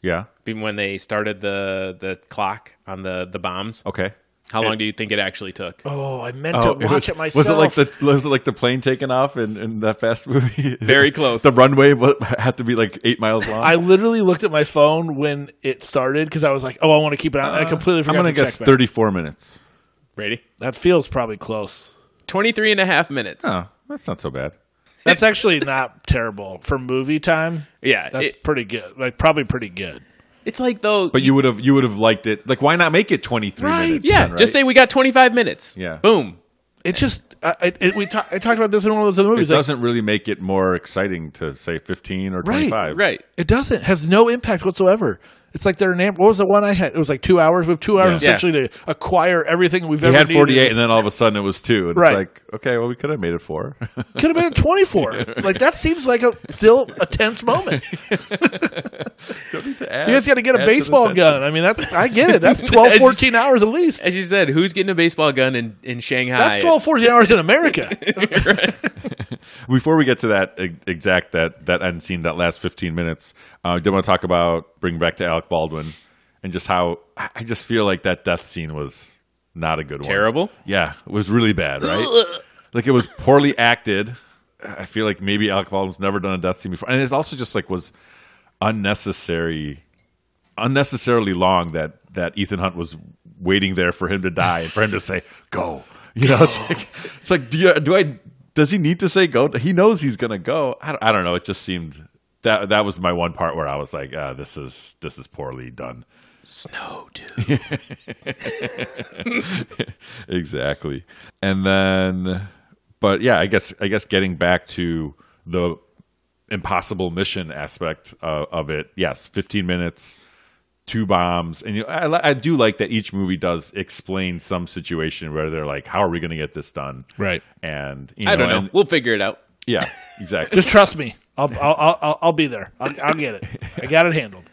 yeah. when they started the the clock on the the bombs. Okay. How long do you think it actually took? Oh, I meant to it watch was, it myself. was it like the was it like the plane taking off in, in that fast movie? Very close. the runway wa- had to be like eight miles long. I literally looked at my phone when it started because I was like, "Oh, I want to keep it on." and I completely I'm forgot gonna to guess check back. 34 minutes. Brady? That feels probably close. 23 and a half minutes. Oh, that's not so bad. That's actually not terrible for movie time. Yeah. That's it- pretty good. Like probably pretty good. it's like, though. But you would have you would have liked it. Like, why not make it 23 Right. minutes? yeah, then, just right? say we got 25 minutes. Yeah. Boom. It just I, I- it, we talk, I talked about this in one of those other It movies. like, doesn't really make it more exciting to say 15 or 25. Right. It doesn't. Has no impact whatsoever. It's like their name. What was the one I had? It was like two hours. We have two hours Yeah. essentially to acquire everything we've He ever had needed. 48, and then all of a sudden it was two. And Right. It's like, okay, well, we could have made it four. Could have been at twenty four. Like that seems like a still a tense moment. You guys got to get a baseball gun. I mean, that's I get it. That's 12, 14 hours at least. As you said, who's getting a baseball gun in, in Shanghai? That's 12, 14 hours in America. Before we get to that e- exact that that end scene, that last 15 minutes, uh, I did want to talk about bring back to Alec Baldwin and just how I I just feel like that death scene was not a good one. Terrible. Yeah, it was really bad, right? like it was poorly acted. I feel like maybe Alec Baldwin's never done a death scene before, and it's also just like was unnecessary, unnecessarily long that that Ethan Hunt was waiting there for him to die and for him to say go. You know, it's like it's like do you, do I does he need to say go? He knows he's gonna go. I don't, I don't know. It just seemed that that was my one part where I was like, uh, this is this is poorly done. Snow, dude. exactly. And then, but yeah, I guess I guess getting back to the impossible mission aspect uh, of it. Yes, 15 minutes, two bombs, and you, I, li- I do like that each movie does explain some situation where they're like, "How are we going to get this done?" Right. And you I don't know. and- we'll figure it out. yeah, exactly. Just trust me. I'll I'll I'll, I'll, I'll be there. I'll, I'll get it. I got it handled.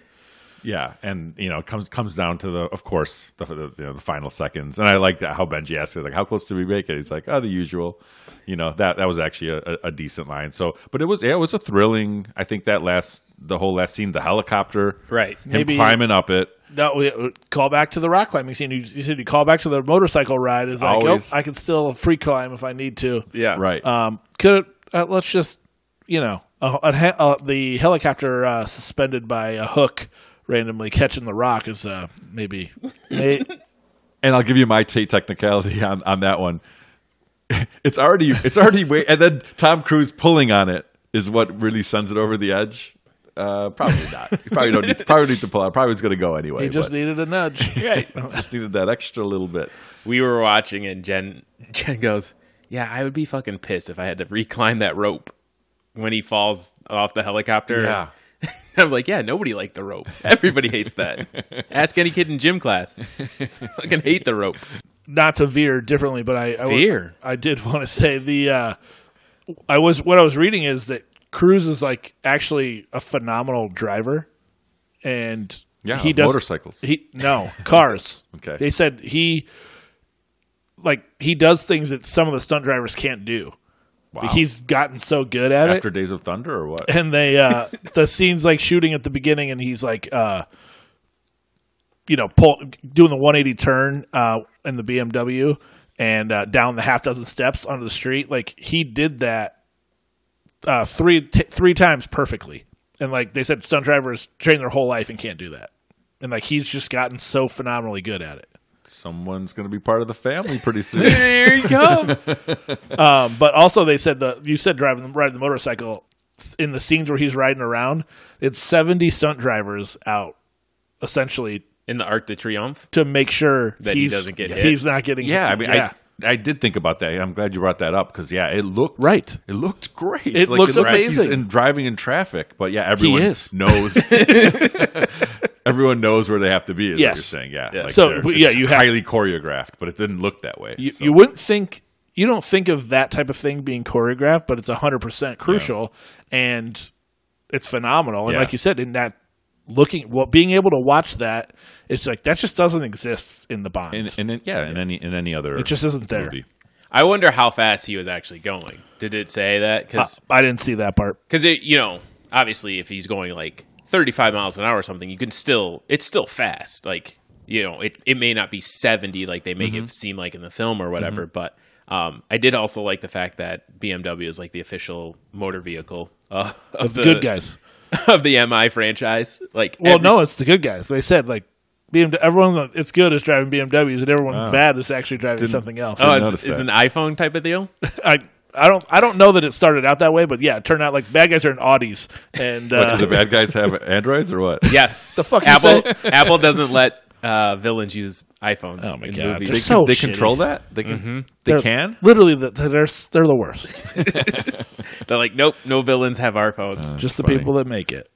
Yeah, and you know, it comes comes down to the, of course, the, the you know the final seconds. And I like that how Benji asked it, like, how close did we make it? He's like, oh, the usual. You know that that was actually a- a, a decent line. So, but it was yeah, it was a thrilling. I think that last the whole last scene, the helicopter, Right. Him Maybe- climbing up it. No, we, we call back to the rock climbing scene. You, you said you call back to the motorcycle ride. Is like, oh, always- I can still free climb if I need to. Yeah. Right. Um, could uh, let's just you know a, a, he- uh, the helicopter uh, suspended by a hook randomly catching the rock is uh, maybe may- and I'll give you my t- technicality on, on that one. It's already it's already way, and then Tom Cruise pulling on it is what really sends it over the edge. Uh, probably not. You probably don't need to, probably need to pull out. Probably was going to go anyway. he just but needed a nudge. Right. just needed that extra little bit. we were watching and Jen Jen goes, "Yeah, I would be fucking pissed if I had to reclimb that rope when he falls off the helicopter." Yeah. I'm like, "Yeah, nobody liked the rope. Everybody hates that. Ask any kid in gym class. fucking hate the rope." Not to veer differently, but I I, would- Veer. I did want to say the uh, I was what I was reading is that Cruz is like actually a phenomenal driver, and Yeah, he of does motorcycles. He no cars. Okay. They said he like he does things that some of the stunt drivers can't do. Wow. He's gotten so good at After it. Days of Thunder or what? And they uh the scenes like shooting at the beginning and he's like uh you know, pull doing the 180 turn uh in the BMW and uh down the half dozen steps onto the street. Like he did that uh three t- three times perfectly. And like they said stunt drivers train their whole life and can't do that. And like he's just gotten so phenomenally good at it. Someone's going to be part of the family pretty soon. Here he comes. Um, but also, they said the you said driving the, riding the motorcycle s- in the scenes where he's riding around. It's seventy stunt drivers out essentially In the Arc de Triomphe. to make sure That he he's- doesn't get hit. He's not getting. yeah, hit. I mean, yeah. I I did think about that. I'm glad you brought that up because yeah, it looked Right. It looked great. It looks he's amazing. in driving in traffic, but yeah, everyone is. knows. everyone knows where they have to be. Is what Yes. you're saying yeah. Yeah. So, they're- but yeah, it's you have- highly choreographed, but it didn't look that way. you, so. you wouldn't think you don't think of that type of thing being choreographed, but it's hundred percent crucial and it's phenomenal. And Yeah. like you said, in that looking, well, being able to watch that, it's like that just doesn't exist in the bond. in, in, in- yeah, in any in any other, it just isn't there. movie. I wonder how fast he was actually going. Did it say that? Uh, Because I didn't see that part. because it you know obviously if he's going like 35 miles an hour or something you can still it's still fast like you know it, it may not be 70 like they make Mm-hmm. it seem like in the film or whatever but um, i did also like the fact that bmw is like the official motor vehicle uh, of the Good guys. of the mi franchise like Well, every- no, it's the good guys. They said like BMW. Everyone that- it's good is driving BMWs, and everyone bad is actually driving something else. oh, notice is, is that. an iphone type of deal I I don't I don't know that it started out that way, but yeah, it turned out like bad guys are in Audis, and What, do uh, the bad guys have androids or what? yes The fuck you apple say? apple doesn't let uh, villains use iphones Oh my in God, movies. They, So they shitty. control that. They can. They they're- can. literally the, they're they're the worst. they're like nope no villains have our phones Just the funny. people that make it.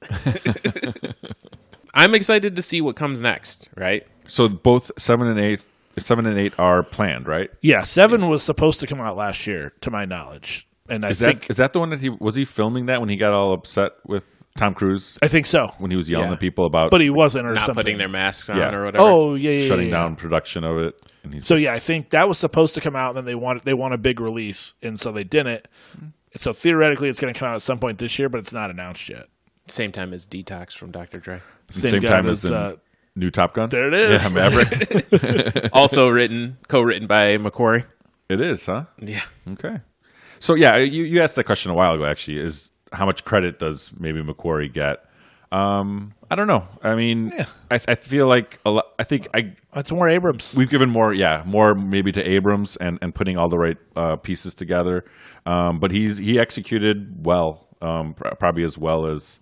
i'm excited to see what comes next right So both seven and eight, seven and eight are planned, right? Yeah, Seven was supposed to come out last year, to my knowledge, and I Is think that is that the one that he was he filming that when he got all upset with Tom Cruise I think so, when he was yelling Yeah. at people about but he wasn't or not something. putting their masks on Yeah. or whatever. oh yeah, yeah, yeah, shutting yeah. down production of it? And he's So yeah, I think that was supposed to come out, and then they want they want a big release, and so they didn't. Mm-hmm. So theoretically, it's going to come out at some point this year, but it's not announced yet. same time as Detox from Dr. Dre. same, same time guy was, as the uh, new Top Gun. There it is. Yeah, Maverick. also written, co-written by Macquarie. it is, huh? Yeah. Okay. So yeah, you, you asked that question a while ago. Actually, is how much credit does maybe Macquarie get? Um, I don't know. I mean, I, I feel like a lot, I think I That's more Abrams. we've given more yeah more maybe to abrams and and putting all the right uh pieces together um but he's he executed well um pr- probably as well as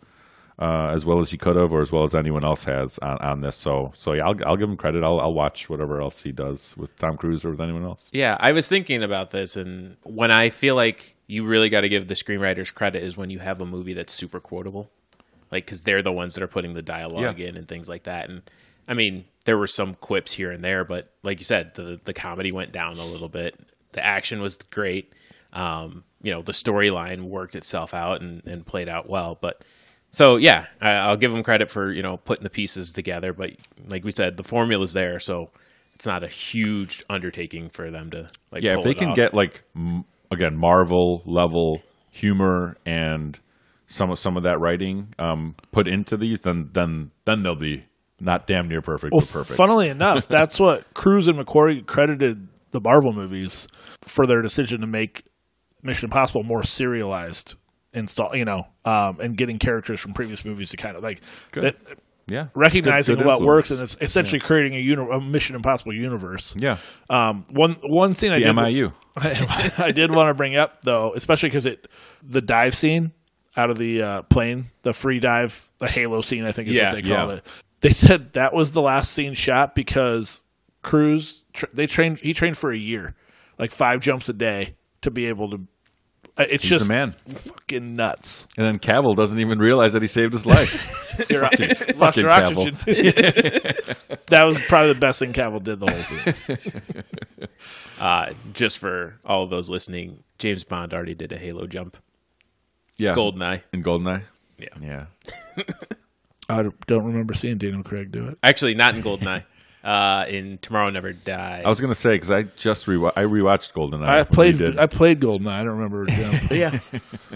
uh, as well as he could have, or as well as anyone else has on, on this. So, so yeah, I'll, I'll give him credit. I'll, I'll watch whatever else he does with Tom Cruise or with anyone else. Yeah, I was thinking about this and when I feel like you really got to give the screenwriters credit is when you have a movie that's super quotable, like because they're the ones that are putting the dialogue Yeah. in and things like that. And I mean, there were some quips here and there, but like you said, the the comedy went down a little bit. The action was great. Um, you know, the storyline worked itself out and, and played out well. But so yeah, I, I'll give them credit for you know putting the pieces together. But like we said, the formula's there, so. It's not a huge undertaking for them to like. yeah, if pull they it can off. get like m- again Marvel level humor and some of some of that writing um, put into these, then then then they'll be not damn near perfect, but perfect. Funnily enough, that's what Cruz and McQuarrie credited the Marvel movies for their decision to make Mission Impossible more serialized install, you know, um, and getting characters from previous movies to kind of like Good. that- yeah, It's good- recognizing good what works and influence. it's essentially creating a, uni- a Mission Impossible universe. yeah, Um, one one scene I the E did MIU. I did want to bring up though, especially because it the dive scene out of the uh, plane, the free dive, the Halo scene, I think is Yeah, what they yeah. called it. They said that was the last scene shot because Cruz tr they trained he trained for a year, like five jumps a day to be able to. uh, It's He's just the man. fucking nuts. And then Cavill doesn't even realize that he saved his life. You're right. Fucking- Lost fucking your Cavill. oxygen. that was probably the best thing Cavill did the whole thing. Uh, just for all of those listening, James Bond already did a Halo jump. Yeah, Goldeneye. in Goldeneye. Yeah. yeah. I don't remember seeing Daniel Craig do it. Actually, not in Goldeneye. uh, in Tomorrow Never Dies. I was gonna say because I just rewa- I rewatched Goldeneye. when I we played. did. I played Goldeneye. I don't remember. Jim. Yeah.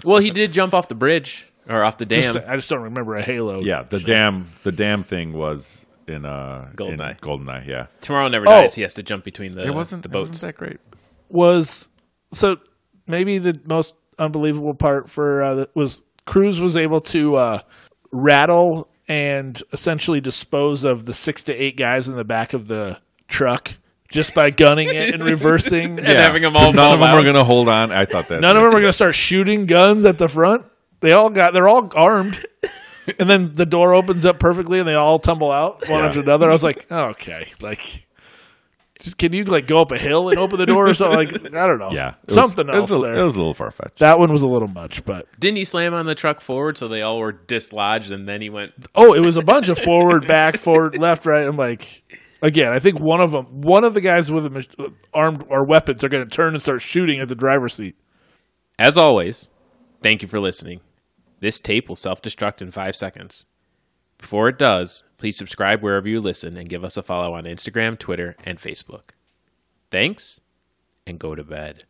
well, he did jump off the bridge or off the dam. Just- I just don't remember a Halo. yeah, the damn the damn thing was in uh In Goldeneye. Goldeneye. Yeah, Uh, Tomorrow Never Oh. Dies. He has to jump between the the boats. that great. was so maybe the most unbelievable part for uh, the- was Cruz was able to uh, rattle and essentially dispose of the six to eight guys in the back of the truck just by gunning it and reversing. And having them all None fall of them out. are going to hold on. I thought that. None of them are going to start shooting guns at the front. They all got. They're all armed. And then the door opens up perfectly, and they all tumble out one after another. I was like, okay, like, just- can you like go up a hill and open the door or something? Like, I don't know, Yeah, it was- something it else. was a- there. It was a little far fetched. That one was a little much, but Didn't he slam on the truck forward so they all were dislodged and then he went. oh, it was a bunch of forward, back, forward, left, right. I'm like, again, I think one of them, one of the guys with a mach- armed or weapons are going to turn and start shooting at the driver's seat. As always, thank you for listening. This tape will self destruct in five seconds. Before it does, please subscribe wherever you listen and give us a follow on Instagram, Twitter, and Facebook. Thanks, and go to bed.